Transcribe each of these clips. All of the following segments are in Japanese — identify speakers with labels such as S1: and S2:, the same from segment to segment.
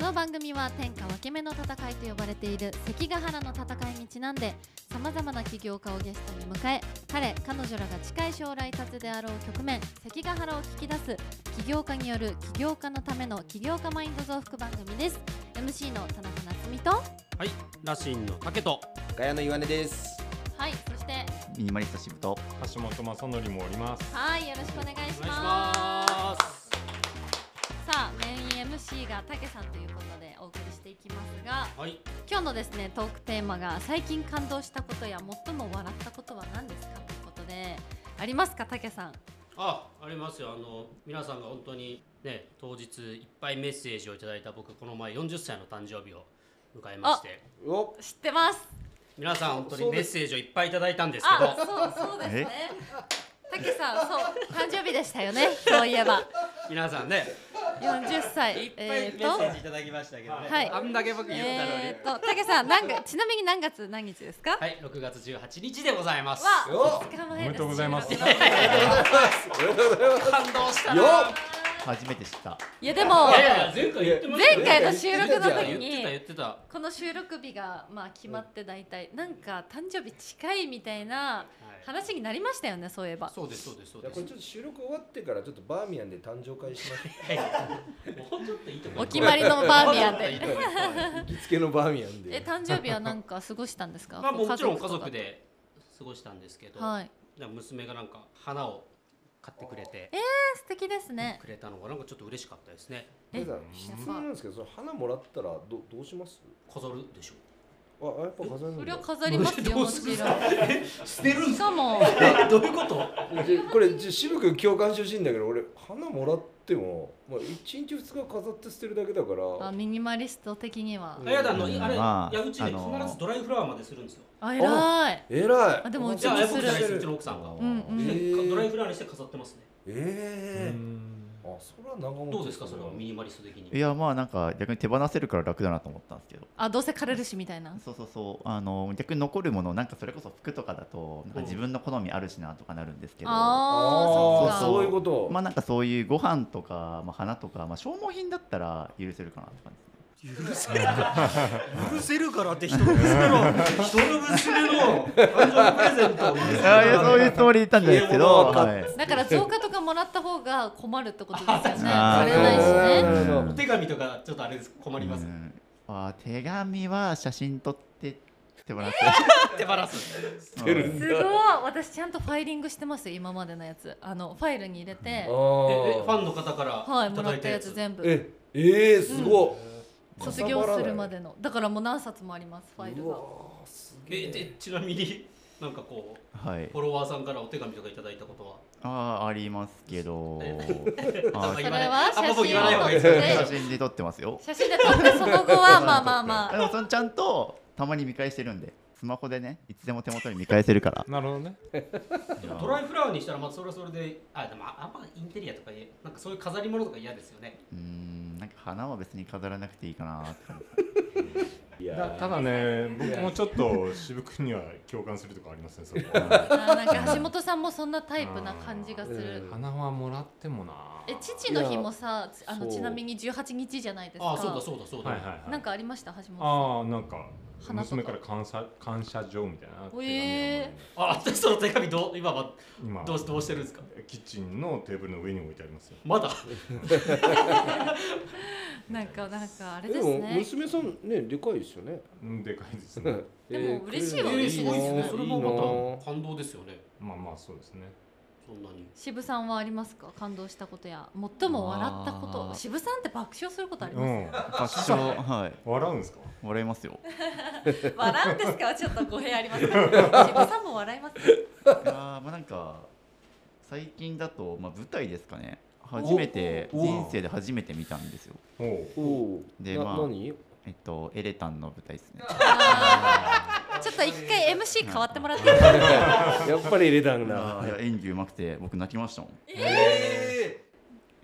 S1: の番組は天下分け目の戦いと呼ばれている関ヶ原の戦いにちなんでさまざまな起業家をゲストに迎え彼彼女らが近い将来立つであろう局面関ヶ原を聞き出す起業家による起業家のための起業家マインド増幅番組です MC の田中夏実と
S2: はい、ラシンの竹と
S3: ガヤの岩根です。
S1: はいそして
S4: ミニマリストシムと
S5: 橋本正則もおります。
S1: はいよろしくお願いします
S2: お願いします
S1: さあメイン MC がたけさんということでお送りしていきますが
S2: はい、
S1: 今日のですねトークテーマが最近感動したことや最も笑ったことは何ですかということでありますかたけさん
S2: あ、ありますよあの皆さんが本当にね当日いっぱいメッセージをいただいた僕この前40歳の誕生日を迎えまして
S3: お、
S1: 知ってます
S2: 皆さん本当にメッセージをいっぱいいただいたんですけ
S1: あ
S2: ど
S1: そうそうですねたけさんそう誕生日でした よねそういえば
S2: 皆さんね
S1: 40
S2: い
S1: 歳
S2: っぱいメ
S1: え
S2: ッセ
S1: ーと
S2: ージいただきましたけどね、
S1: はい
S2: あんだけ僕言ったのに、
S1: えーとたけさん何月ちなみに何月何日ですか
S2: はい6月18日でございます
S1: わ
S3: よっ
S1: お疲
S5: おめでとうござい ます
S2: 感動した
S3: よ
S2: な
S3: っ
S4: 初めて知った
S1: いやでも
S2: いやいや前回言ってまし
S1: 前
S2: たよ
S1: 回の収録の時
S2: 言ってた
S1: に
S2: 言ってた
S1: この収録日がまあ決まって大体なんか誕生日近いみたいな話になりましたよねそういえば
S2: そうですそうですそう
S3: じゃ
S2: で
S3: あこれ
S2: す
S3: ちょっと収録終わってからちょっとバーミヤンで誕生会しまし ょ
S2: もうちょっといいとこ
S1: お決まりのバーミヤンで
S3: う。行きつけのバーミヤン
S1: え
S3: で。
S1: 誕生日はなんか過ごしたんですか
S2: まあもちろん
S1: ご
S2: 家
S1: とか
S2: 族で過ごしたんですけど、
S1: はい
S2: なんか娘がなんか花を買ってくれて
S1: え素敵ですね
S2: くれたのがなんかちょっと嬉しかったですね
S3: 皆さん質問なんですけど、それ花もらったらどどうします？
S2: 飾るでしょ
S3: あ、あやっぱ飾る
S1: そ
S3: ん
S1: れ
S3: だ
S1: は。飾りますよ
S2: ど
S1: も
S2: うする
S1: ち
S2: んす
S1: ろ
S2: か
S1: ん
S2: 捨てる
S1: しかも
S2: えどういうこと
S3: じゃあこれじゃあ渋く共感してほしいんだけど、俺花もらっても、まあ一日二日飾って捨てるだけだから。
S1: あ
S3: あ
S1: ミニマリスト的には
S3: うん
S2: あやだあの
S4: うん
S2: あれ、
S4: まあ
S2: いやうちね
S4: あのー
S2: 必ずドライフラワーまでするんですよ
S1: あ偉い
S3: えらい。
S1: あでもうち
S2: じ
S1: も
S2: ゃあ
S1: す
S2: 僕
S1: る
S2: じゃないですうち
S3: え
S2: の奥さんが、
S1: うんうん
S3: えー
S2: ドライフラワーにして飾ってますね
S3: えー。あ、それは長持ち
S2: どうですかそれはミ
S3: い
S2: ニマリスト的に
S4: いやまあなんか逆に手放せるから楽だなと思ったんですけど
S1: あどうせ枯れるしみたいな
S4: そうそうそうあの逆に残るものなんかそれこそ服とかだとなんか自分の好みあるしなとかなるんですけどま
S1: あ
S3: あ
S1: あ
S3: ー
S1: そ
S3: そうう
S1: か
S3: いうこと。
S4: あなんかそういうご飯とか、まあ、花とか、まあ、消耗品だったら許せるかなって感じ
S2: 許せるか許せるからって人の娘の人の娘の誕生日プレゼントを許せる
S4: い
S2: から
S4: やいやそういうつもりで言ったんじゃないです
S3: いいも
S4: けど、
S3: のを
S4: は
S3: 買
S4: い、
S1: だから増加とかもらった方が困るってことですよね枯れ
S4: あー
S1: ないし
S3: な
S1: ね
S3: るほど
S2: お手紙とかちょっとあれです困ります、
S4: うんあー手紙は写真撮って手放す、
S2: 手放す
S3: 捨てるん
S1: す
S3: だ。
S1: ごい私ちゃんとファイリングしてますよ今までのやつあのファイルに入れて
S3: あ
S2: ええフ
S3: ー
S2: ァンの方から
S1: はい
S2: い
S1: も
S2: た
S1: ら
S2: だ
S1: っ
S2: い
S1: た
S2: た
S1: や
S2: や
S1: つ
S2: つ
S1: 全部
S3: え、えー、すご
S1: 卒業するまでのだからもう何冊もありますフ
S3: い。
S1: ァイル
S3: う
S1: が
S3: わーすげ
S2: え
S3: え。
S2: でちなみになんかこう
S4: はい
S2: フォ、ロワーさんからお手紙とかいただいたことは
S4: あーありますけ どあ
S2: なん
S4: ー
S2: か
S1: それ
S2: 言わない
S1: は
S2: あんま僕言わない方がいい
S1: 写真を撮っ
S2: で
S1: て
S2: す
S4: 写真で撮ってますよ
S1: 写真で撮ってその後はまあまあま
S4: で
S1: あ
S4: もそのちゃんとたまに見返してるんでスマホでねいつでも手元に見返せるから
S5: なるほどね。
S2: でもドライフラワーにしたらまあそれはそれであでもああんまインテリアとかいえなんかそういう飾り物とか嫌ですよね
S4: うーんなんか花は別に飾らなくていいかなって感じ
S3: いや
S5: だ
S3: ー
S5: ただね、僕もちょっと渋君には共感するとこありますね。そこ
S1: あなんか橋本さんもそんなタイプな感じがす
S3: う
S1: る
S3: ん
S5: 花はもらってもな。
S1: え父の日もさあの
S3: そう
S1: ちなみに18日じゃないですか
S2: ああそうだそうだそうだ、
S5: はいはいはい。
S1: なんかありました橋本
S5: ああなんか
S1: 花とか
S5: 娘から感謝感謝状みたいな手紙をもらい。
S1: え
S2: あ私その手紙どう今は
S5: 今
S2: どうどうしてるんですか
S5: キッチンのテーブルの上に置いてありますよ。
S2: まだ
S1: さんなんかなんかあれ
S3: で
S1: です
S3: も
S1: ね
S3: 娘さんねでかいですよね。
S5: うんでかいです
S3: で
S5: ね。
S1: も嬉しい
S2: え
S1: わ
S2: ー
S1: 嬉
S2: す
S1: しい
S2: ごい
S1: で
S2: です
S1: すね
S2: ねそれもまた
S3: い
S2: 感動ですよね
S5: まあまあそうですね。
S2: そんなに
S1: 渋さんはありますか感動したことや最も笑ったこ
S4: あ
S1: と
S4: ー
S1: 渋さんって爆笑することあり
S5: う
S1: ま
S5: ん。
S4: 爆笑はい
S5: 笑うんですか。
S4: もらいますよ
S1: す、笑うんですかちょっと語弊ありますけど渋さんも笑いますね
S4: いやーまあなんか最近だと、まあ、舞台ですかね初めて
S5: おお
S4: 人生で初めて見たんですよ
S5: おう。
S3: な。おお。
S4: で
S3: な
S4: まあ
S3: 何？
S4: えっとエレタンの舞台ですね
S1: ちょっと一回 MC 変わってもらっていいですか
S3: やっぱり入れたんだ。
S4: あーいや演技うまくて僕泣きましたもん
S2: え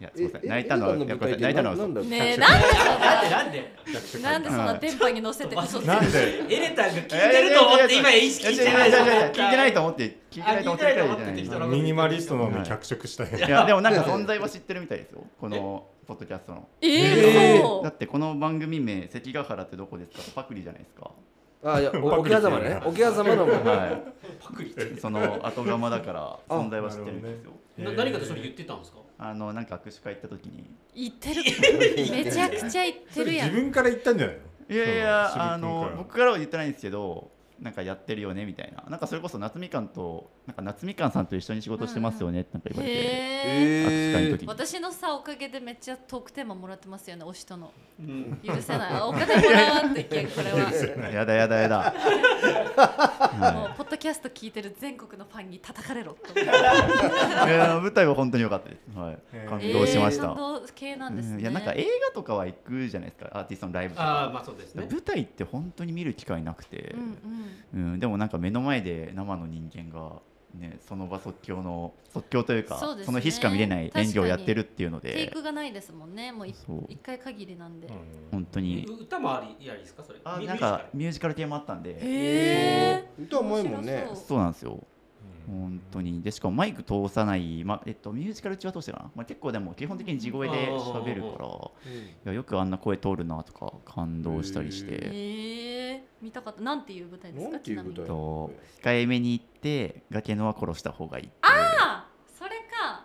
S4: いやす
S3: え
S4: みません泣いたのは
S3: 映
S4: い
S3: 画
S4: や
S3: 館の
S4: ご
S3: 舞
S4: めんなさ
S3: 台
S4: い泣いたのは
S3: でな
S4: 嘘
S3: んだった
S1: ねえなんで
S2: なんでなんで
S5: す
S1: なんでそんな電波に乗せて嘘つくの
S5: なんで
S2: エレタンが聞いてると思って今意識してない
S4: い
S2: じ
S4: や
S2: ゃ
S4: いやいやいや
S2: ん
S4: 聞いてないと思って聞いてないと思って
S2: あ聞いてないと思って
S4: 聞いてないと思って
S2: 適当な
S5: ミニマリストなので脚色したい、
S4: いやでもなんか存在は知ってるみたいですよこのポッドキャストの
S1: え
S3: え
S1: ー、
S3: ー
S1: そう
S4: だってこの番組名関ヶ原ってどこですかパクリじゃないですか
S3: あいやお桶狭間ね桶狭間の
S4: は
S2: パクリ
S4: いその後釜だから存在は知ってるんですよ
S2: な何かとそれ言ってたんですか
S4: あのなんか握手会行った時に
S1: 言ってるめちゃくちゃ言って
S5: そ
S1: る
S5: れ
S1: や
S5: 自
S1: ん
S5: 分から言ったんじゃないの
S4: いやい
S5: そう
S4: やあ
S5: 渋
S4: の
S5: 君
S4: 僕からは言ってないんですけどなんかやってるよねみたいななんかそれこそ夏みかんとなんか夏みかんさんと一緒に仕事してますよねってなんか言われて
S1: へえ
S4: 握手会の時に
S1: 私のさおかげでめっちゃトークテーマもらってますよね推しとの
S2: うん
S1: 許せないお金もらわんといけんこれは
S4: やだやだやだ
S1: も
S4: は
S1: うポッドキャスト聞いてる全国のファンに叩かれろと思
S4: いいや舞台は本当に良かったです、はい
S5: へ、ー
S4: 感
S1: う
S4: 動しまし
S1: えー
S4: た
S1: 感、動系なんですね、
S4: うんいやなんか映画とかは行くじゃないですかアーティストのライブと
S2: ああ
S4: か、
S2: まあそうですね
S4: 舞台って本当に見る機会なくて
S1: う、んうん
S4: うん、でもなんか目の前で生の人間が、ね、その場即興の即興というか
S1: そ
S4: そう
S1: ですね
S4: の日しか見れない演技をやってるっていうの
S1: テイ
S4: で
S1: クがないですもんねもうい
S4: そう
S1: 一回限りなんで、
S5: うん
S4: 本当に
S2: う歌もありやりですかそれ
S4: あ
S2: ミュ
S4: な
S2: ミュージ
S4: んか
S2: カル
S4: ミュージカル系もあったん
S1: へ
S4: で
S1: え
S3: 歌うまいもんね
S1: 面白そう
S4: そうなんですよ
S5: うん
S4: 本当にでしかもマイク通さない、まあえっと、ミュージカル中は通してかな、まあ、結構でも基本的に地声で喋るからいやよくあんな声通るなとか感動したりして。
S1: へえ見たかったなんていう舞台ですか
S3: なんていう
S1: ちなみに
S4: と
S3: 舞
S4: 控えめに行って崖のは殺した方がいい
S1: あそれか
S4: は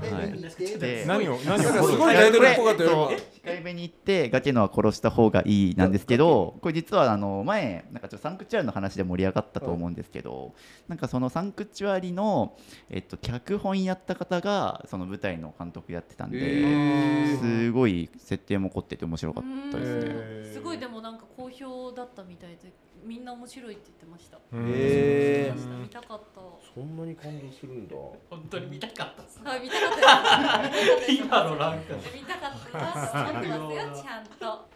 S3: 台
S4: い
S5: う
S4: で
S5: ん何を何を
S3: なんかす
S5: フォロ
S3: ごい
S5: ー
S3: タイトルっぽかったよ
S4: そう控えめに行って崖のは殺した方がいいなんですけどこれ実はあの前なんかちょっとサンクチュアリの話で盛り上がったと思うんですけどなんかそのサンクチュアリのえっと脚本やった方がその舞台の監督やってたんで
S3: え
S4: すごい設定も凝ってて面白かったですね
S1: うーんすごいでもなんか好評だったみたいでみんな面白いって言ってました、
S5: うん
S1: 見
S3: へ
S1: ました
S5: うん
S1: 見たかった
S3: そんなに感動するんだ
S2: 本当に見たかったっす
S1: はい見たかったよ
S2: 今のなんか
S1: 見たかったよ持ってますよちゃんと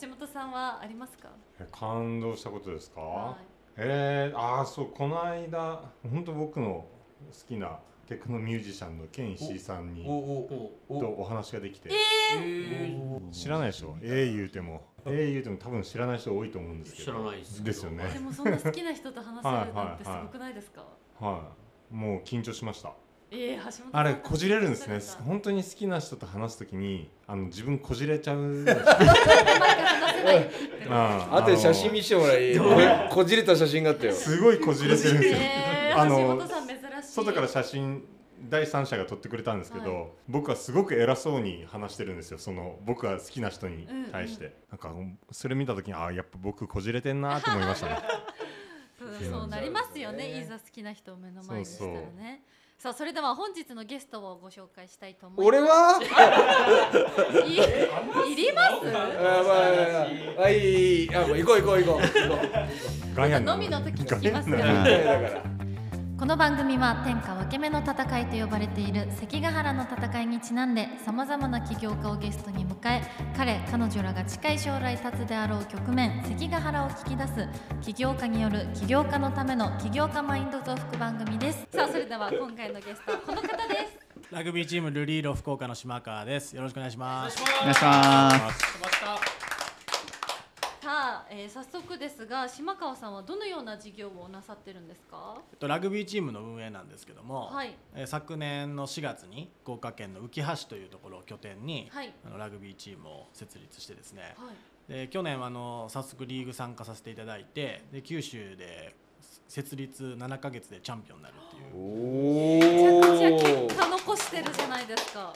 S1: 橋本さんはありますか
S5: 感動したことですか、
S1: は
S5: えー、ああそうこの間本当僕の好きなテクノミュージシャンのケンシーさんに
S3: お
S5: と
S3: おお
S5: お話ができて、
S2: え
S5: 知らないでしょええ言うてもええ言うても多分知らない人多いと思うんですけど
S2: 知らないですけど
S5: ですよね
S1: い、でもそんな好きな人と話せるなんてすごくないですか
S5: はいもう緊張しました
S1: ええー、橋本さん
S5: あれこじれるんですね
S1: 話せ
S5: 本当に好きな人と話すときにあの自分こじれちゃ うんですよ
S1: ないって
S5: うんあ
S3: あとで写真見せてもらいここじれた写真があったよ
S5: すごいこじれてるんですよ
S1: え
S5: あ
S1: ー、
S5: の
S1: 橋本さん珍しい
S5: 外から写真第三者が撮ってくれたんですけど、
S1: はい
S5: 僕はすごく偉そうに話してるんですよその僕が好きな人に対して、なんかうんそれ見た時にああやっぱ僕こじれてんなと思いましたね
S1: そうそうなりますよね、
S3: ね
S1: いざ好きな人を目の前にした
S5: そ
S1: ら
S5: う
S1: ね。さあそれでは本日のゲストをご紹介したいと思います。
S3: 俺は
S1: いい ります？
S3: あまあまああいいいいあもう行こう行こう行こう行こう
S5: ガヤ
S1: 飲みの時聞きますか
S5: ガヤ
S1: ら
S3: 行
S5: な
S3: きたいだから
S1: この番組は天下分け目の戦いと呼ばれている関ヶ原の戦いにちなんでさまざまな起業家をゲストに迎え彼彼女らが近い将来立つであろう局面関ヶ原を聞き出す起業家による起業家のための起業家マインド増幅番組ですさあそれでは今回のゲストはこの方です
S6: ラグビーチームルリーロ福岡の島川です。よろしくお願いし
S2: お願
S6: ま
S2: いし
S6: す。
S4: お願
S2: ま
S4: い
S2: す
S4: しま
S2: ました
S1: さあ、えー、早速ですが島川さんはどのような事業をなさってるんですか
S6: えっとラグビーチームの運営なんですけども、
S1: はい
S6: えー昨年の4月に福岡県の浮橋というところを拠点に、
S1: はい
S6: あのラグビーチームを設立してですね。
S1: はい
S6: で去年はあの早速リーグ参加させていただいて、で九州で設立7ヶ月でチャンピオンになるってい
S3: お
S6: う。
S1: めちゃくちゃ
S3: ー
S1: 結果残してるじゃないですか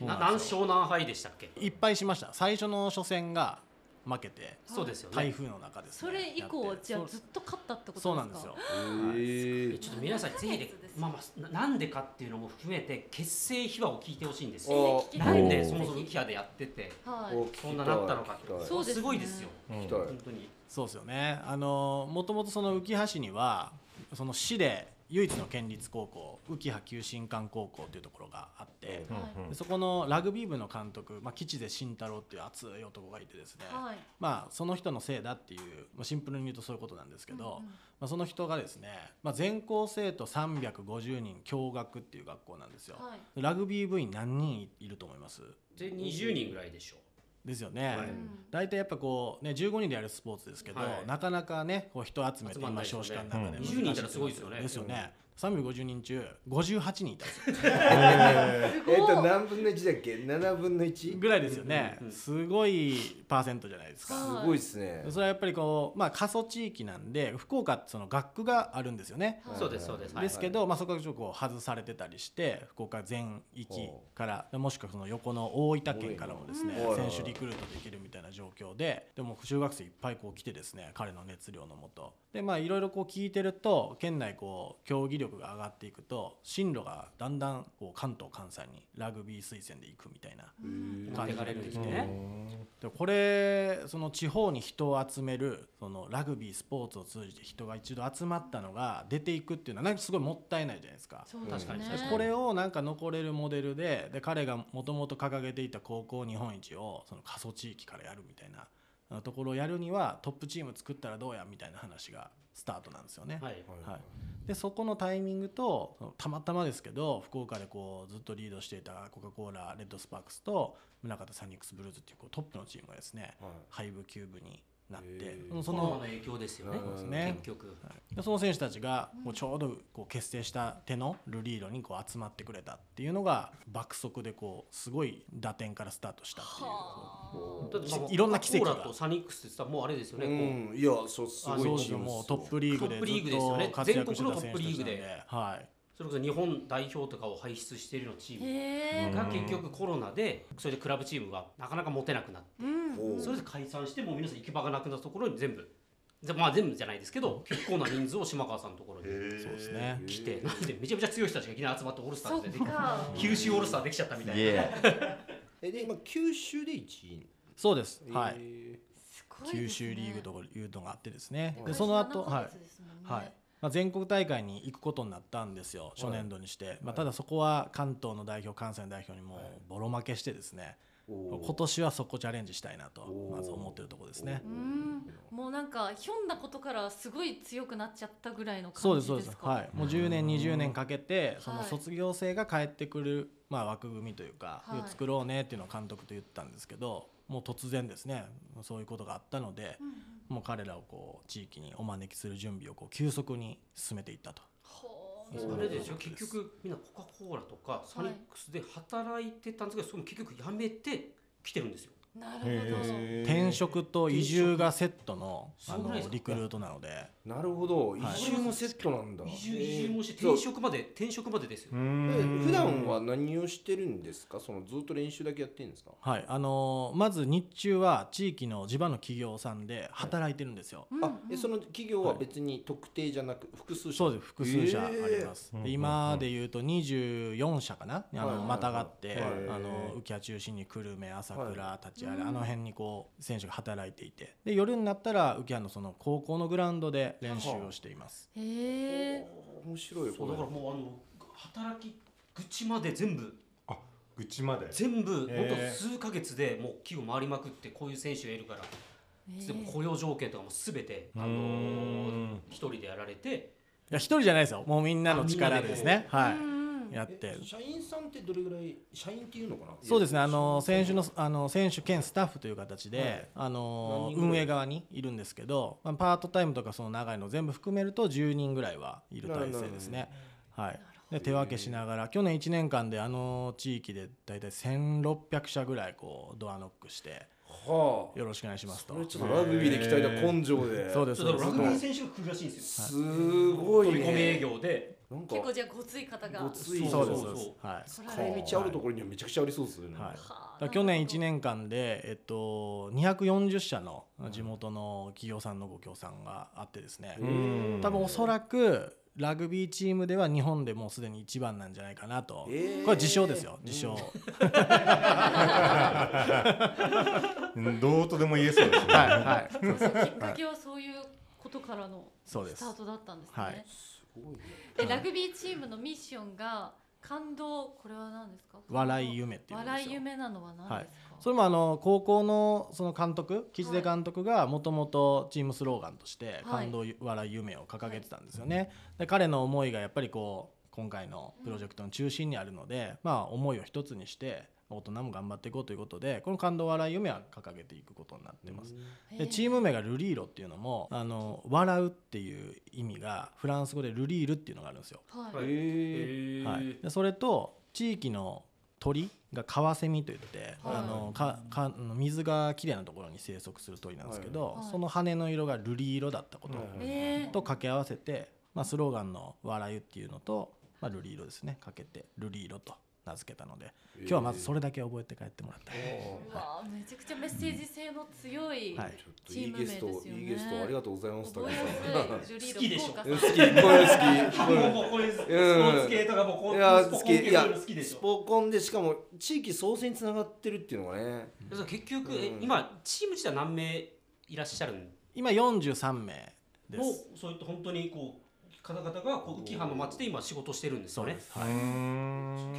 S2: な何勝何敗でしたっけ
S6: いっぱいしました。最初の初戦が負けて、
S2: そうですよね
S6: 台風の中です、
S1: そ
S6: ね。
S1: れ以降はじゃ
S6: や
S1: あ
S6: って
S1: ずっと勝ったってことですか
S6: そうなんですよ。
S3: え
S2: え
S3: ー
S2: ちょっと皆さんぜひで
S1: そうです
S2: まあまあななんでかっていうのも含めて結成秘話を聞いてほしいんです
S1: ぜひ
S2: よ
S1: 聞き
S2: な
S1: たい
S2: ん
S1: で
S2: ですそもそもウキアでやってて
S1: はい
S2: そんななったのか
S3: 聞きたい
S1: そうですね
S2: すごいですよ
S3: 聞きたい
S2: 本当に
S6: そうですよね。あのもともとその浮橋にはその市で唯一の県立高校浮羽旧新館高校というところがあって、
S5: うん
S1: はい
S5: うん
S6: でそこのラグビー部の監督、まあ、吉瀬慎太郎っていう熱い男がいてですね、
S1: はい
S6: まあ、その人のせいだっていう、まあ、シンプルに言うとそういうことなんですけど、
S1: うんうん
S6: まあ、その人がですね、まあ、全校生徒350人共学っていう学校なんですよ、
S1: はい
S6: ラグビー部員何人いると思います
S2: で20人ぐらいでしょ
S6: ですよね、
S2: はい
S1: うん
S6: 大体やっぱこうね15人でやるスポーツですけど、
S2: はい
S6: なかなかねこう人集めて
S2: 集まんな
S6: 今
S2: いですよ
S6: 少
S2: ね
S6: 子化の中で
S5: うん
S2: 20人いたらすごいですよね
S6: ですよね350人中58人いたんですよ
S1: すごい
S3: えっと何分の1だっけ7分の 1?
S6: ぐらいですよね、
S2: うんうんうん
S6: すごいパーセントじゃないですか
S3: すごいですね
S6: それはやっぱりこうまあ過疎地域なんで福岡ってその学区があるんですよね
S1: はい
S2: そうですそうですはい
S6: ですけど、まあ、そこがちょっとこう外されてたりして福岡全域からもしくはその横の大分県からもですね
S3: うん
S6: 選手リクルートできるみたいな状況ででも中学生いっぱいこう来てですね彼の熱量のもとでまあいろいろこう聞いてると県内こう競技力が上がっていくと進路がだんだんこう関東関西にラグビー推薦で行くみたいな
S1: うん
S2: 持ってかれるんですね
S6: でこれその地方に人を集めるそのラグビースポーツを通じて人が一度集まったのが出ていくっていうのはなんかすごいもったいないじゃないですか。
S1: そうですね
S2: 確かに確かに
S6: これをなんか残れるモデルでで彼がもともと掲げていた高校日本一をその過疎地域からやるみたいなあのところをやるにはトップチーム作ったらどうやみたいな話がスタートなんですよね。
S2: はい
S6: はい、でそこのタイミングとそのたまたまですけど福岡でこうずっとリードしていたコカ・コーラレッドスパークスと宗像サニックスブルーズっていうこうトップのチームがですね廃部休部になって、
S3: へー
S6: そのそ
S2: コロナの
S6: の
S2: 影響ですよね
S3: そう
S6: ですね
S2: 結局
S6: でその選手たちがこうちょうどこう結成した手のルリードにこう集まってくれたっていうのが爆速でこうすごい打点からスタートしたっていう。
S1: は
S2: だってまあ
S6: いろんな奇跡
S2: コ
S6: が
S2: ーラとサニックスってさもうあれですよ
S3: う
S2: ねこ
S3: んいやそうす
S6: あ
S3: ご
S6: そう
S3: い
S6: で
S3: チ
S6: す
S3: ーム
S6: もう
S3: っす
S6: トップリーグ
S2: トップリーグ
S6: でず
S2: で
S6: っ
S2: すよ
S6: と
S2: ね
S6: 活躍してた選手たち
S2: 全国のトップリー
S6: な
S2: グ
S6: ん
S2: で
S6: で、はい、
S2: うそれこそ日本代表とかを輩出しているようなチ
S1: い
S2: ーム
S1: へ
S2: が結局コロナでそれでクラブチームがなかなか持てなくなって
S1: ーうん
S3: ほう
S2: それで解散してもう皆さん行き場がなくなったところに全部ぜまあ全部じゃないですけど結構な人数を島川さんのところに
S6: そうですね。
S2: 来てなんでめちゃめちゃ強い人たちがいきなり集まってオールスタ
S1: そ
S2: ー
S1: っ
S2: ズで
S1: か
S2: 九州オールスターできちゃったみた
S4: す
S2: い
S4: げ
S2: な
S4: え
S3: えで今九州で1位
S6: そうです。は
S3: い
S6: い。
S1: すごいですね
S6: 九州リーグというのがあってですね、
S3: はい
S6: でその後
S1: 七ヶ
S6: はい
S1: 月ですもんね
S6: はいまあ、全国大会に行くことになったんですよ初年度にして、まあ、ただそこは関東の代表関西の代表にもうボロ負けしてですね、今年はそこチャレンジしたいなと
S3: おー
S6: まず思ってるところですね
S1: う。んもうなんかひょんなことからすごい強くなっちゃったぐらいの
S6: そ
S1: 感
S6: うです
S1: じ
S6: そう
S1: で
S6: ですす、
S1: か
S6: はい、もう10年20年かけてその
S1: はい
S6: 卒業生が帰ってくる、まあ、枠組みというか、
S1: はい
S6: を作ろうねっていうのを監督と言ったんですけどもう突然ですねそういうことがあったので
S1: うんうん
S6: もう彼らをこう地域にお招きする準備をこう急速に進めていったと。
S1: ほ
S6: そう
S2: あれでしょ結局みんなコカ・コーラとかサニックスで働いてたんですけどそれも結局辞めて来てるんですよ
S1: なるほど
S6: 転職と移住がセットの
S2: 転職
S6: あ
S2: そうなんです
S6: の
S2: か
S6: リクルートなので
S3: なるほど移
S6: はい
S3: 住もセットなんだ
S2: 移住移住もして
S3: へー
S2: 転職まで転職までですよ
S5: う
S3: え
S5: ん
S3: 普段は何をしてるんですかそのずっと練習だけやってるんですか
S6: はいあのーまず日中は地域の地場の企業さんで働いてるんですよ、
S1: うんう
S3: あ
S1: ん
S3: えその企業は別に特定じゃなく複数社
S6: そうです複数社あります、
S5: えー
S6: で今でいうと24社かな、あ
S3: はい
S6: のまたがって、
S3: はい
S6: あの浮谷中心に久留米朝
S3: は
S6: 倉立ちあれ、
S1: うん
S6: あの辺にこう選手が働いていてで夜になったら浮谷のその高校のグラウンドで練習をしています、
S1: へえ
S3: 面白い
S2: そうだからもうあの働き口まで全部
S5: 愚痴まで
S2: 全部本
S5: へー
S2: 当数ヶ月でもう企業回りまくってこういう選手がいるからでも雇用条件とかも全てあのー
S5: うん
S2: 一人でやられて
S6: いや一人じゃないですよもうみんなの力でですねは
S1: うんうん
S6: いやって
S3: え社員さんってどれぐらい社員っていうのかな
S6: そうですね、あの選
S3: 選
S6: 手
S3: 手
S6: のあの選手兼スタッフという形で、
S3: はい
S6: あの
S3: 何人ぐらい
S6: 運営側にいるんですけど、まあ、パートタイムとかその長いの全部含めると10人ぐらいはいる体制ですね。はい、で手分けしながら去年1年間であの地域で大体1600社ぐらいこうドアノックして
S3: はあ
S6: よろしくお願いしますと
S3: それちょっとラグビーで鍛えた根性で
S6: そうです
S2: そ
S6: そう
S2: だか
S6: うで
S2: ら
S6: す
S2: ラグビー選手が来るらしいんですよ
S3: すごい
S2: 飛び
S3: ね
S2: 込み営業で
S3: なんか
S1: 結構じゃあごつい方が
S3: ごつい
S6: そうです
S2: そ
S6: そうう
S2: そう
S6: ですはい
S1: そられ
S3: 使い道あるところにはめちゃくちゃありそうですよね、
S6: はい
S1: はあ
S6: だから去年
S1: なるほど
S6: 1年間で、えっと、240社の地元の企業さんのご協賛があってですね、
S5: うん
S6: 多分おそらくラグビーチームでは日本でもうすでに一番なんじゃないかなと、
S3: えー
S6: これ自称ですよ自
S3: う
S6: 称、
S3: ん
S5: うんどうとでも言えそうですね
S6: はいはい
S1: そうそうきっかけはそういうことからの
S6: そうで
S1: ス
S6: す
S1: タートだったんですね。
S6: はい
S1: えラグビーチームのミッションが感動これは何ですか
S6: 笑い夢っていうんですよ
S1: 笑い夢なのは何ですか、
S6: それもあの高校のその監督岸出監督がもともとチームスローガンとして「
S1: はい
S6: 感動、笑い夢」を掲げてたんですよね。で彼の思いがやっぱりこう今回のプロジェクトの中心にあるので、まあ、思いを一つにして大人も頑張っていこうということでこの「感動笑い夢」は掲げていくことになってます。でチーム名がルリーロっていうのもあの笑うっていう意味がフランス語でルリールっていうのがあるんですよ。
S1: ムはい、
S2: はい
S3: え
S2: え
S6: はい、でそれと地域の鳥がカワセミといって、
S1: はい
S6: あのかかあの水がきれいなところに生息する鳥なんですけど、
S1: はいはい
S6: その羽の色が瑠璃色だったこと
S3: はい
S1: えー
S6: と掛け合わせて、まあ、スローガンの「笑い」っていうのと、まあ、瑠璃色ですねかけて瑠璃色と名付けたので今日はまずそれだけ覚えて帰ってもらって、
S1: うわあめちゃくちゃメッセージ性の強い、
S6: はい
S3: ちょっといいゲス
S1: チーム名で
S3: ト
S1: すよね
S3: いいゲストありがとうございます武
S1: 覚
S3: 井
S1: え
S3: さん
S1: やすいジュリード効果
S3: 好
S1: さん
S3: きこれ好きこれ
S2: もうこういうスポ
S3: ー
S2: ー
S3: ツ
S2: ツ
S3: 系
S2: 系とかもこ
S3: いうや
S2: スポ
S3: 好
S2: コン
S3: き
S2: 系
S3: いや
S2: 好きでし
S3: ス
S2: ょ
S3: ポコンでしかも地域創生につながってるっていうのがね
S2: でそう結局、え
S3: うん
S2: 今チーム自体何名いらっしゃるん
S6: 今43名で
S2: も
S6: す。
S2: うそういった本当にこう方々がこう浮藩の町で今仕事してるんですよね
S5: はい、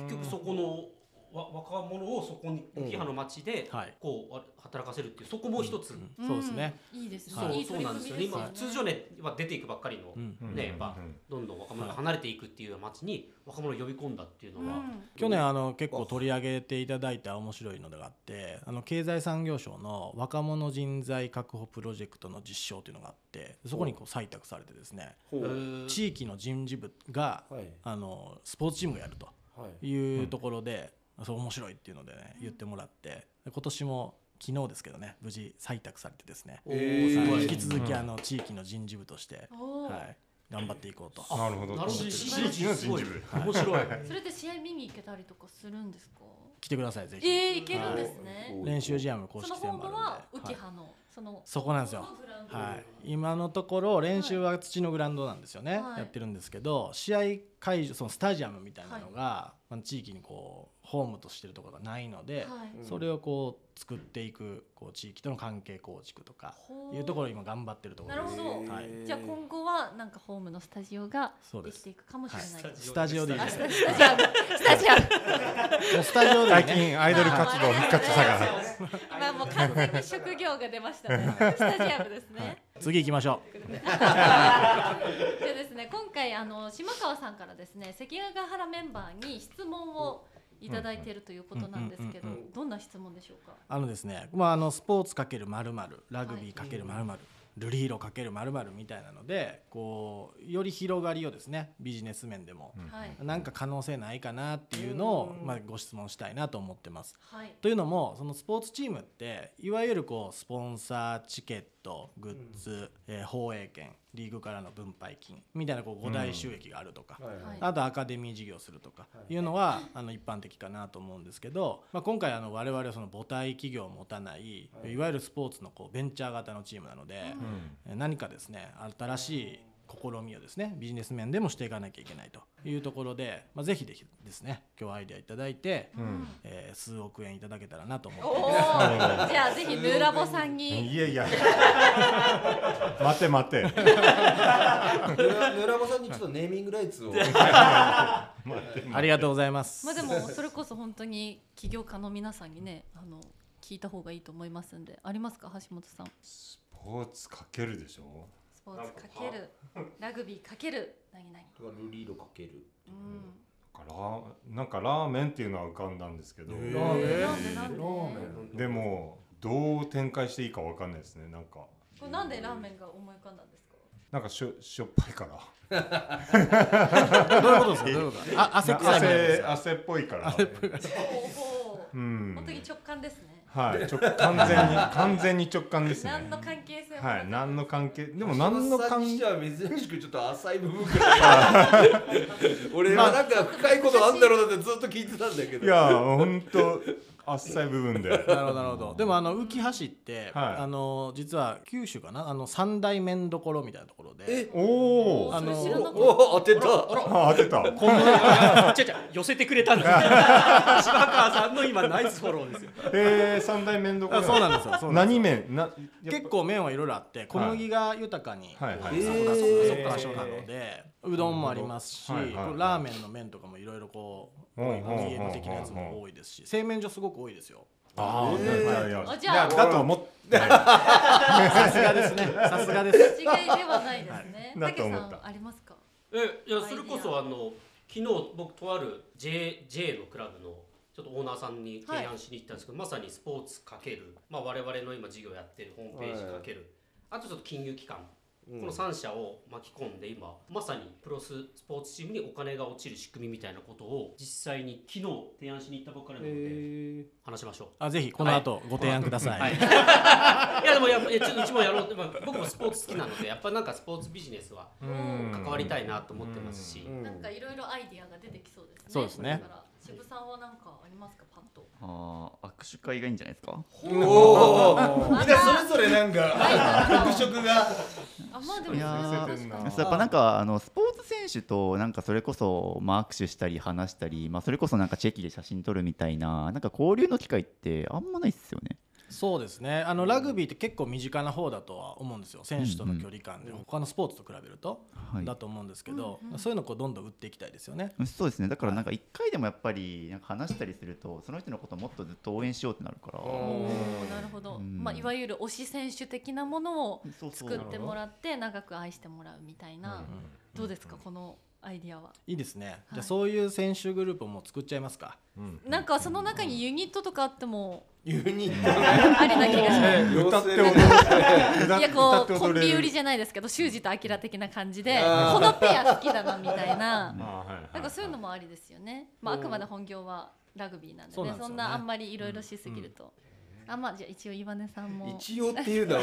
S2: 結局
S5: 結
S2: そこのわ若者をそこに浮藩の町で
S6: はい
S2: こうあ働かせるっていうそこも一つ、
S6: うんそうですね、
S1: うんいいですね、
S2: そう
S1: い、い
S2: そうなんですよね
S1: 取り組
S2: 今
S1: み
S2: 通常ねまあ出ていくばっかりの、
S6: うん
S5: うん
S2: ねやっぱ
S5: うん
S2: どんどん若者が離れていくっていう町に若者を呼び込んだっていうのは、
S6: 去年あの結構取り上げていただいた面白いのがあってあの経済産業省の若者人材確保プロジェクトの実証というのがあってそこにこう採択されてですね
S3: ほ
S2: う
S3: う
S2: ーん
S6: 地域の人事部が
S3: はい
S6: あのスポーツチームがやると
S3: はい
S6: いうところで、そう面白いっていうので、ね、言ってもらってで今年も昨日ですけどね無事採択されてですね、
S2: おー
S3: えー
S2: すご
S6: はい
S2: い
S6: 引き続きあの地域の人事部として、
S1: おー
S6: はい、頑張っていこうと。
S5: なるほど
S2: なるほど
S5: 地
S2: 地域
S5: 域の人事部
S2: 面白い
S1: それで試合見に行けたりとかするんですか
S6: 来てくださいぜ
S1: え
S6: ひ、
S1: ー、行けるんですね、
S6: 練習試合も公
S1: その
S6: 式戦
S1: 本部
S6: もあ
S1: は
S6: るん
S1: 浮
S6: で、
S1: き
S6: は
S1: 派
S6: い
S1: のその
S6: そこなんですよ
S1: グラウンド
S6: はい、今のところ練習は土のグラウンドなんですよね、
S1: はい
S6: やってるんですけど試合会場そのスタジアムみたいなのが、まあ、地域にこうホームとしてるところがないので、
S1: はい
S6: それをこう作っていくこう地域との関係構築とか
S1: ほー
S6: いうところを今頑張ってるところ
S1: なるほど
S6: はい
S1: じゃあ今後はなんかホームのスタジオが
S6: そう
S1: で
S6: で
S1: き
S6: す
S1: ていくかもしれない、
S2: はい
S6: スタジオでいい
S1: あ
S6: で
S1: ス
S6: す
S1: タスタジアム スタ ジアム
S6: もうスタジオで
S5: 最
S6: いいね
S5: 近アイドル活動復活し たから
S1: 今もう完全に職業が出ました ねスタジアムですね、
S6: 次行きましょ
S1: でですね今回あの島川さんからですね関ヶ原メンバーに質問をいただいているということなんですけど
S6: うんう
S1: どんな質問でしょうか
S6: うあのですね、まあ、あのスポーツ×まるまるラグビー×まるまるルリーロ×まるまるみたいなのでこうより広がりをですねビジネス面でも
S5: うん
S1: はい
S6: なんか可能性ないかなっていうのを、まあ、ご質問したいなと思ってます。
S1: はい
S6: というのもそのスポーツチームっていわゆるこうスポンサーチケットグッズ、えー放映権リーグからの分配金みたいなこう5大収益があるとか、
S3: はいはい
S1: は
S6: あとアカデミー事業するとかいうのはあの一般的かなと思うんですけど、まあ、今回あの我々はその母体企業を持たない
S3: はい
S6: いわゆるスポーツのこうベンチャー型のチームなので、えー何かですね新しい試みをですねビジネス面でもしていかなきゃいけないというところで、まあ、ぜひでですね今日アイデアいただいて、
S5: うん
S6: えー数億円いただけたらなと思
S1: お
S6: って
S1: お ーじゃあぜひヌーラボさんに
S5: いやいや待て待て
S3: ぬらぬらばさんにちょっとネーミングライツを
S6: ありがとうございます。
S1: まあでもそれこそ本当に起業家の皆さんにねあの聞いた方がいいと思いますんでありますか橋本さん
S5: スポーツかけるでしょ
S1: スポーツかけるラグビーかける何々
S3: ルリードかける
S1: う
S5: なんかラーなんかラーメンっていうのは浮かんだんですけど、
S3: へ
S1: ん
S3: ー
S1: なん
S3: え
S1: で
S3: ー
S1: なんで
S5: でもどう展開していいかわかんないですねなんか
S1: これなんでラーメンが思い浮かんだんですか
S5: なんかしょしょっぱいから
S6: どういうことですかどういうことですかあ汗臭いみたいなことで
S5: 汗
S6: すか
S5: 汗っぽいから
S1: おー
S5: うん
S1: 本当に直感ですね
S5: はい直完全に完全に直感ですね
S1: 何の関係性もなく
S5: はい何の関係でも何の関係
S3: じゃ珍しくちょっと浅い部分から俺はなんか深いことあんだろうなってずっと聞いてたんだけど
S5: いや本当あっさい部分で
S6: なるほどなるほど。でもあの浮橋って、
S5: はい
S6: あの実は九州かなあの三大麺どころみたいなところで、
S3: え
S5: おお
S1: あ
S6: あ
S1: の
S6: の
S1: 知らなかっ
S3: おお当てた
S2: あらあら
S5: あ当てた
S2: こんな違う違う寄せてくれ たんですよ柴川さんの今ナイスフォローですよ
S5: えー、三大麺どころ
S6: あそうなんですよそうなんで
S5: 何
S6: すよ
S5: 麺な
S6: 結構麺はいろいろあって小麦が豊かに、
S5: はいはい
S6: こう
S3: はい
S6: そ
S3: はい
S6: こだそこだそこだ所なのでうどんもありますし、
S5: なるほどはいはいはい
S6: ラーメンの麺とかもいろいろこう
S5: うん
S6: お
S5: うんうんうん
S6: 家の的なやつも多いですし製麺所すごく多いですよ
S5: ああ、
S3: えー
S5: いやいやい
S1: あ
S5: や
S1: じゃあ
S5: だだと思って
S6: さすがですねさすがです
S1: 違いではないですね。
S5: は
S1: た
S5: い
S1: けさ
S5: だと思っ
S1: ん
S5: た
S1: ありますか。
S2: えいやそれこそあの昨日僕とある J, J のクラブのちょっとオーナーさんに提案しに行ったんですけど、まさにスポーツかける、まあ、我々の今事業やってるホームページかける、あとちょっと金融機関、この3社を巻き込んで今まさにプロススポーツチームにお金が落ちる仕組みみたいなことを実際に昨日提案しに行ったばっかりなので話しましょう。
S6: あぜひこの後ご提案ください、
S2: はい、いやでもやえちょっとうちもやろうって、まあ、僕もスポーツ好きなのでやっぱなんかスポーツビジネスは関わりた
S5: い
S2: いなと思ってますし、
S3: うん
S1: なんかいろいろアイディアが出てきそうですね。
S6: そうですね
S1: これから。渋さんはなんかありますかパンと。
S4: あー握手会がいいんじゃないですか
S3: おー
S1: みんなそれ
S7: ぞれなんか特色
S1: あ
S7: が
S1: まあで
S4: い
S1: も
S4: やー
S1: それは確か
S5: あ
S1: に
S5: ー
S4: やっぱなんかあのスポーツ選手となんかそれこそまあ握手したり話したり、まあ、それこそなんかチェキで写真撮るみたいななんか交流の機会ってあんまないっすよね。
S6: そうですねあのラグビーって結構身近な方だとは思うんですよ選手との距離感で、他のスポーツと比べると、
S4: はい
S6: だと思うんですけど、
S1: うんうん
S6: そういうのをこうどんどん打っていきたいですよね
S4: そうですねだからなんか一回でもやっぱりなんか話したりするとその人のこともっとずっと応援しようってなるから
S1: お
S3: う
S1: ーなるほど。
S4: うん
S1: まあいわゆる推し選手的なものを
S4: そうそう
S1: 作ってもらって長く愛してもらうみたいな。どうですかこのアイディアは。
S6: いいですね、
S1: は
S6: じゃ
S1: い
S6: あそういう選手グループをもう作っちゃいますか
S1: なんかその中にユニットとかあっても
S7: ユニッ
S1: ありな気がします。
S5: 歌って踊る
S1: いや
S5: 歌
S1: こ
S5: って
S1: うコ
S5: 踊
S1: ン
S5: れ
S1: ビ
S5: る
S1: 売りじゃないですけど修二と明的な感じで
S3: あー
S1: このペア好きだなみたいな
S5: あーはいはいはい
S1: なんかそういうのもありですよね、まあ、あくまで本業はラグビーなんで
S6: そう
S1: ね
S6: な
S1: そ
S6: んですよね
S1: んなあんまりいろいろしすぎると、あまあじゃあ一応岩根さんも
S3: 一応っていうのは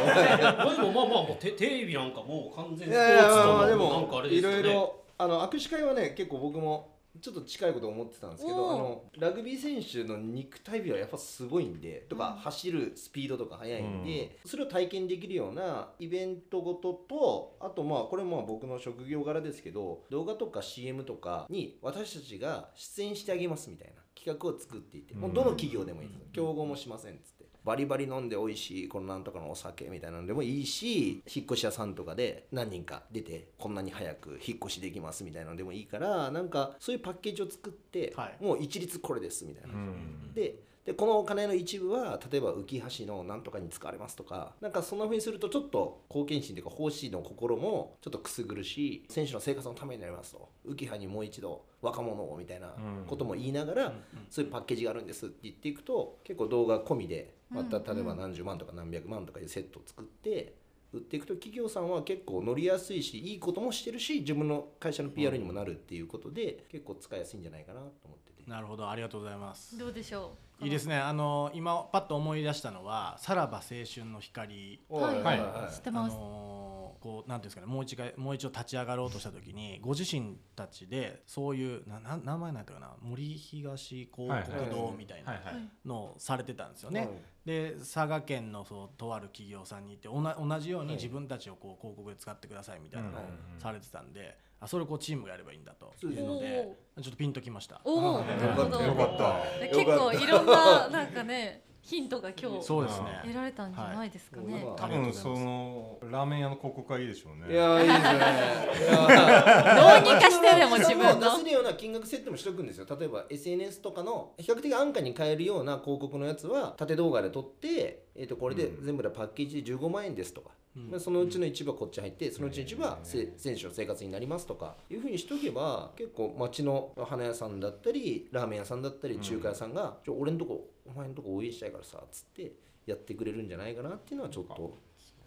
S2: まあでもまあまあもうテテレビなんかもう完全
S7: い
S2: に
S7: やいやまあまあで
S2: スポーツとのなんかあ
S7: も
S2: れで
S7: い
S2: すよ
S7: ろ
S2: ね
S7: いろあの握手会はね結構僕もちょっと近いこと思ってたんですけど
S1: おー
S7: あのラグビー選手の肉体美はやっぱすごいんでとか走るスピードとか速いんで、それを体験できるようなイベントごととあとまあこれもまあ僕の職業柄ですけど動画とか CM とかに私たちが出演してあげますみたいな企画を作っていて、もうどの企業でもいいです、競合もしませんっつってバリバリ飲んで美味しいこのなんとかのお酒みたいなのでもいいし引っ越し屋さんとかで何人か出てこんなに早く引っ越しできますみたいなのでもいいからなんかそういうパッケージを作って、
S6: はい
S7: もう一律これですみたいな
S5: う。ん
S7: ででこのお金の一部は例えば浮橋のなんとかに使われますとかなんかそんなふうにするとちょっと貢献心というか奉仕の心もちょっとくすぐるし選手の生活のためになりますと浮橋にもう一度若者をみたいなことも言いながら、そういうパッケージがあるんですって言っていくと結構動画込みでまた
S1: うん
S7: 例えば何十万とか何百万とかいうセットを作って売っていくと企業さんは結構乗りやすいしいいこともしてるし自分の会社の PR にもなるっていうことで結構使いやすいんじゃないかなと思ってて。
S6: なるほどありがとうございます
S1: どうでしょう
S6: いいです
S1: ね
S6: ねあの今パッと思い出したのは「さらば青春の光」
S1: はい
S5: はい
S1: 知っ
S6: あ
S1: てます、
S6: のーこうなんていうんですかねもう一回もう一度立ち上がろうとした時にご自身たちでそういうなな名前なんていうかな森東広告堂みたい
S5: はい
S6: な
S5: はい
S6: のをされてたんですよね。で佐賀県のそうとある企業さんに行っておな同じように自分たちをこう広告で使ってくださいみたいなのを
S5: うんうんうん
S6: されてたんであそれをこうチームがやればいいんだと
S7: そうです
S6: いうのでちょっとピンときました。
S1: おお
S7: あー
S1: なるほど
S5: よかった
S1: で結構いろんななんかねヒントが今日
S6: そうです
S1: 得
S6: ね
S1: られたんじゃないですかね、
S7: はい
S5: 多分そのラーメン屋の広告はいいでしょうね
S3: いやいいですねいや
S1: どうにかしてでも自 分
S7: 出
S1: の
S7: せるような金額設定もしとくんですよ例えば SNS とかの比較的安価に買えるような広告のやつは縦動画で撮って、えー、とこれで全部でパッケージで15万円ですとか、
S6: うん
S7: まあそのうちの一部はこっち入ってそのうちの一部はせ選手の生活になりますとかいうふうにしとけば結構町の花屋さんだったりラーメン屋さんだったり中華屋さんが「ちょ俺のとこお前のとこ応援したいからさ」っつってやってくれるんじゃないかなっていうのはちょっと。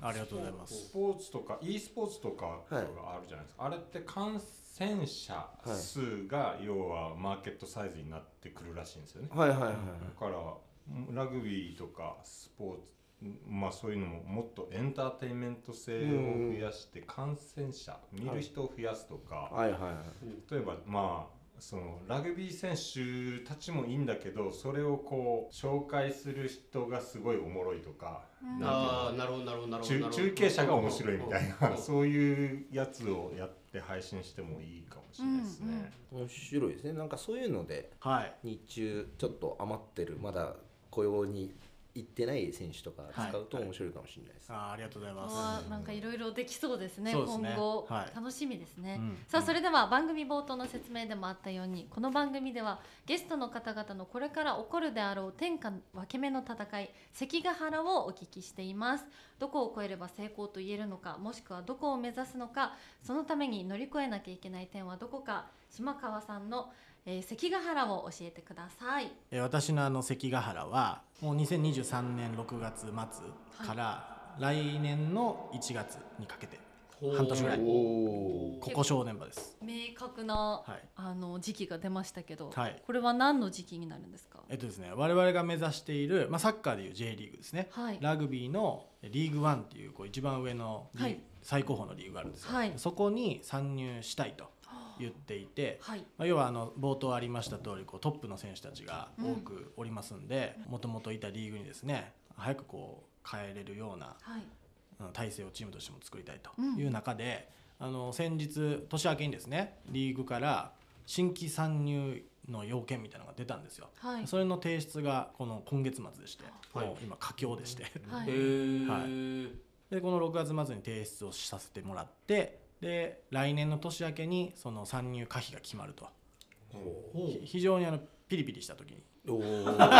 S6: ありがとうございま
S5: ス
S6: す。
S5: ポーツとか e スポーツとかがあるじゃないですか、あれって感染者数が要はマーケットサイズになってくるらしいんですよね、
S7: はいはいはい、
S5: だからラグビーとかスポーツまあそういうのももっとエンターテインメント性を増やして感染者見る人を増やすとか、
S7: はいはいはい
S5: 例えばまあそのラグビー選手たちもいいんだけどそれをこう紹介する人がすごいおもろいとか、なんていうの
S2: ああなるほどなるほどなるほど
S5: 中中継者が面白いみたいな、
S2: うんうんうん
S5: そういうやつをやっって配信してもいいかもしれないですね。
S1: うんうん
S7: 面白いですねなんかそういうので
S6: はい
S7: 日中ちょっと余ってるまだ雇用に行ってない選手とか使うと面白いかもしれないです、
S6: あーありがとうござい
S1: ここ
S6: ま
S1: はなんかいろいろできそうですね
S6: そうですね
S1: 今後、
S6: はい
S1: 楽しみですね、
S6: うん
S1: さあ
S6: うん
S1: それでは番組冒頭の説明でもあったようにこの番組ではゲストの方々のこれから起こるであろう天下分け目の戦い関ヶ原をお聞きしていますどこを越えれば成功と言えるのかもしくはどこを目指すのかそのために乗り越えなきゃいけない点はどこか島川さんの、えー関ヶ原を教えてください
S6: す。えー私のあの関ヶ原はもう2023年6月末から来年の1月にかけて半年ぐらい
S2: おー
S7: お
S6: ここ正念場です。
S1: 明確な、
S6: はい。
S1: あの時期が出ましたけど、
S6: はい
S1: これは何の時期になるんですか
S6: えっとですね我々が目指しているまあサッカーでいう J リーグですね。
S1: はい
S6: ラグビーのリーグワンっていうこう一番上のリーグ、
S1: はい
S6: 最高峰のリーグがあるんですよ、
S1: はい
S6: そこに参入したいと言っていて、
S1: はい
S6: まあ、要はあの冒頭ありました通りこうトップの選手たちが多くおりますんでもともといたリーグにですね早くこう変えれるような
S1: はい
S6: うん体制をチームとしても作りたいと
S1: うん
S6: いう中で、あの先日年明けにですねリーグから新規参入の要件みたいなのが出たんですよ。
S1: はい
S6: それの提出がこの今月末でして、
S2: はい
S6: もう今佳境でして
S1: はい
S2: へー
S6: でこの6月末に提出をさせてもらってで来年の年明けにその参入可否が決まると
S2: ほう
S6: ひ非常にあのピリピリした時に
S7: お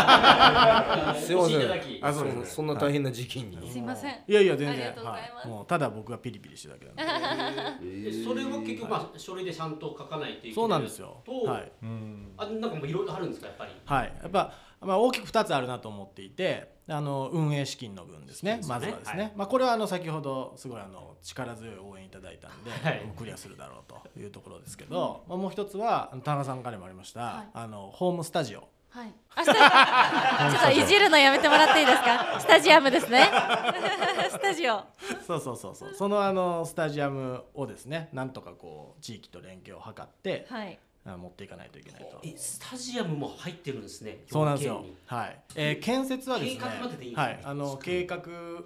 S2: お越しいただ
S7: すいませ
S2: き
S7: んあそうですそんな大変な時期に、
S1: すいません
S6: いやいや全然
S1: ありがとうございます
S6: はもうただ僕がピリピリしてるだけなんで
S2: でそれは結局まあ書類でちゃんと書かないといけない
S6: そうなんですよ
S2: と、
S6: はい、
S5: うん
S2: あなんかもういろいろあるんですかやっぱり
S6: はい、やっぱ、まあ、大きく2つあるなと思っていてあの運営資金の分ですね
S2: 資金
S6: ま
S2: です
S6: ず
S2: ね
S6: はですね、
S2: はい
S6: まあ、これはあの先ほどすごいあの力強い応援いただいたんで、
S2: はい
S6: もうクリアするだろうというところですけど、まあ、もう一つはあの田中さんからもありました、
S1: はい
S6: あのホームスタジオ
S1: はい。あ、スタ ジオ。ちょっといじるのやめてもらっていいですか。スタジアムですね。 スタジオ。
S6: そうそうそうそうそのあのスタジアムをですねなんとかこう地域と連携を図って、
S1: はい。
S6: あ持っていかないといけないと。
S2: えスタジアムも入ってるんですね
S6: そうなんです
S2: 要
S6: よ
S2: 件に。
S6: はい。えー建設はですね、
S2: 計画まででいいんですね
S6: はい、あの計画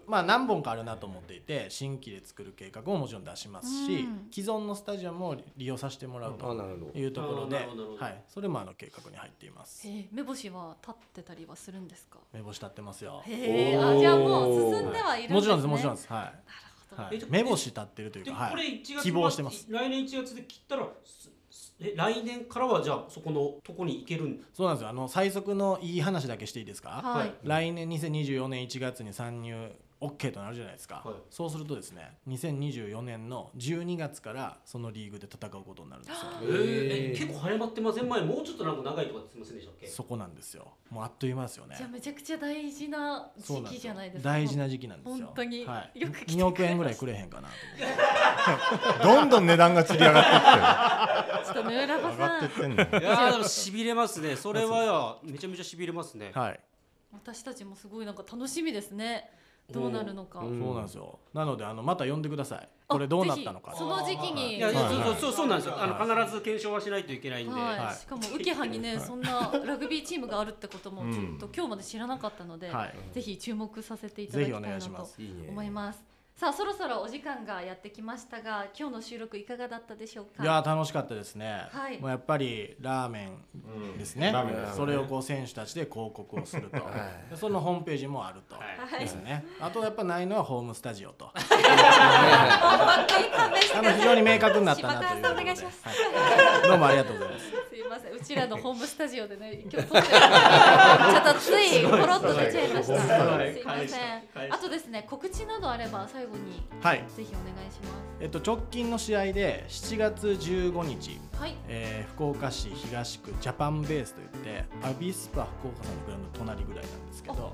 S6: まあ何本かあるなと思っていて、新規で作る計画ももちろん出しますし、
S1: うん
S6: 既存のスタジアムを利用させてもらう
S7: あ
S6: と
S7: なるほど
S6: いうところで、
S2: なるほどなるほど
S6: はい、それもあの計画に入っています。
S1: え目星は立ってたりはするんですか。
S6: 目星立ってますよ。
S1: へえ。
S7: おー
S1: あ、じゃあもう進んではいるんですね。
S6: もちろんです、もちろんです。は
S1: なるほ
S6: い。
S1: ど。
S6: は
S2: え
S6: い
S2: ちょ、
S6: 目星立ってるという
S2: で
S6: か、
S2: こ
S6: は
S2: れ
S6: い。
S2: 1月
S6: 希望してます
S2: 末来年1月で切ったらすすえ来年からはじゃあそこのとこに行けるん
S6: そうなんですよ。あの最速のいい話だけしていいですか？
S1: は
S2: はいい。
S6: 来年2024年1月に参入 OK となるじゃないですか、
S2: はい
S6: そうするとですね2024年の12月からそのリーグで戦うことになるんですよ
S2: え
S7: へー
S2: え結構早まってません前もうちょっとなんか長いとかってすみませんでしたっけ
S6: そこなんですよもうあっという間ですよね
S1: じゃあめちゃくちゃ大事な時期じゃないですか。
S6: 大事。な時期なんですよ
S1: 本当に
S6: はい、
S1: よく来てくれました
S6: 2億円ぐらいくれへんかなと
S5: どんどん値段がつり上が
S1: ちょっとヌーラ
S5: って
S1: バ
S5: ってる。上が
S1: さ
S5: って
S1: ん。
S5: ってんの。
S2: いやーでもしびれますねそれはめちゃめちゃしびれますね
S6: 思って、はい
S1: 私たちもすごいなんか楽しみですね。どうなるのか。
S7: うん
S6: そうなんですよなのであのまた呼んでくださいこれどうなったのか
S1: あぜひその時期に。
S2: いや、
S6: はい
S2: そうそうそうそうなんですよ、
S6: は
S2: あの必ず検証はしないといけないんで、
S1: は、
S6: はいい
S1: しかもウキハにね、そんなラグビーチームがあるってこともちょっと今日まで知らなかったので、
S6: はい
S1: ぜひ注目させていただ
S6: ぜ
S1: き
S6: ひ
S1: た
S6: お
S1: いな
S6: 願いし
S1: と
S6: ます
S7: いいね
S1: 思います。さあそろそろお時間がやってきましたが今日の収録いかがだったでしょうか
S6: いやー楽しかったですね、
S1: はい
S6: もうやっぱりラーメンですね,、
S5: うんラーメンですね
S6: それをこう選手たちで広告をすると、でそのホームページもあると、
S2: はい
S6: ですね、あとやっぱないのはホームスタジオと
S1: あいい勘弁して
S6: あ
S1: く
S6: の
S1: だ
S6: 非
S1: さ
S6: 常
S1: い
S6: に明確になったな という
S1: 柴川さんお願いします
S6: はいどうもありがとうございます
S1: すいませんうちらのホームスタジオで ね今日撮ってるちょっとついポロッと出ちゃいました
S2: はい
S1: すいま
S2: 返し
S1: せんあとですね告知などあれば最後に
S6: はい、
S1: ぜひお願いしま
S6: えっと、直近の試合で7月15日
S1: すはい
S6: えー福岡市東区ジャパンベースといってアビスパ福岡さんのグラウンドの隣ぐらいなんですけど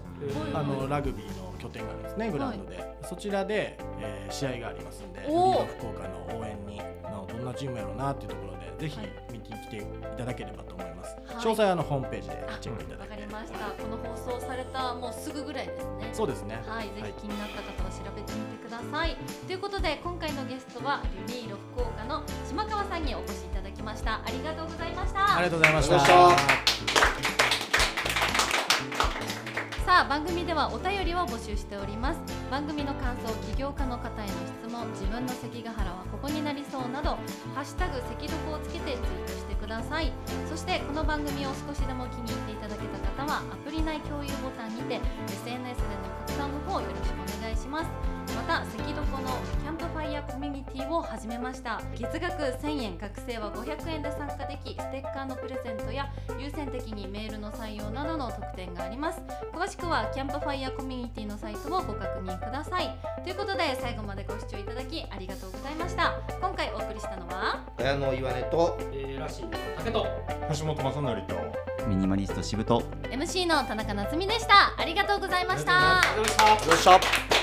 S1: あ
S6: あのラグビーの拠点があるんですねグラウンドで、そちらで、えー試合がありますんで
S1: おー
S6: ラグビーの福岡の応援にあのどんなチームやろうなっていうところでぜひ
S1: はい
S6: 見に来ていただければと思います、
S1: はい
S6: 詳細はあのホームページでチェックいた
S1: わ
S6: だ
S1: か
S6: いて
S1: りました。この放送されたもうすぐぐらいですね。
S6: そうですね
S1: はい、ぜひ気になった方は調べてみてください。ということで今回のゲストはリュニーロ福岡の島川さんにお越しいただきました。ありがとうございました。
S6: ありがとうございまし
S7: ありがとうござい
S6: た
S7: ました
S1: さあ番組ではお便りを募集しております番組の感想起業家の方への質問自分の関ヶ原はここになりそうなど「ハッシュタグ関読」をつけてツイートしてくださいそしてこの番組を少しでも気に入っていただけた方はアプリ内共有ボタンにて SNS での拡散の方よろしくお願いしますまた関どこのキャンプファイヤーコミュニティを始めました月額1000円学生は500円で参加できステッカーのプレゼントや優先的にメールの採用などの特典があります詳しくはキャンプファイヤーコミュニティのサイトをご確認くださいということで最後までご視聴いただきありがとうございました今回お送りしたのは
S7: 親の言わねと
S2: えー、らしいの竹と
S5: 橋本正成と
S4: ミニマリスト渋と
S1: MC の田中夏実でしたありがとうございました
S2: ありがとうございました
S7: よっしゃ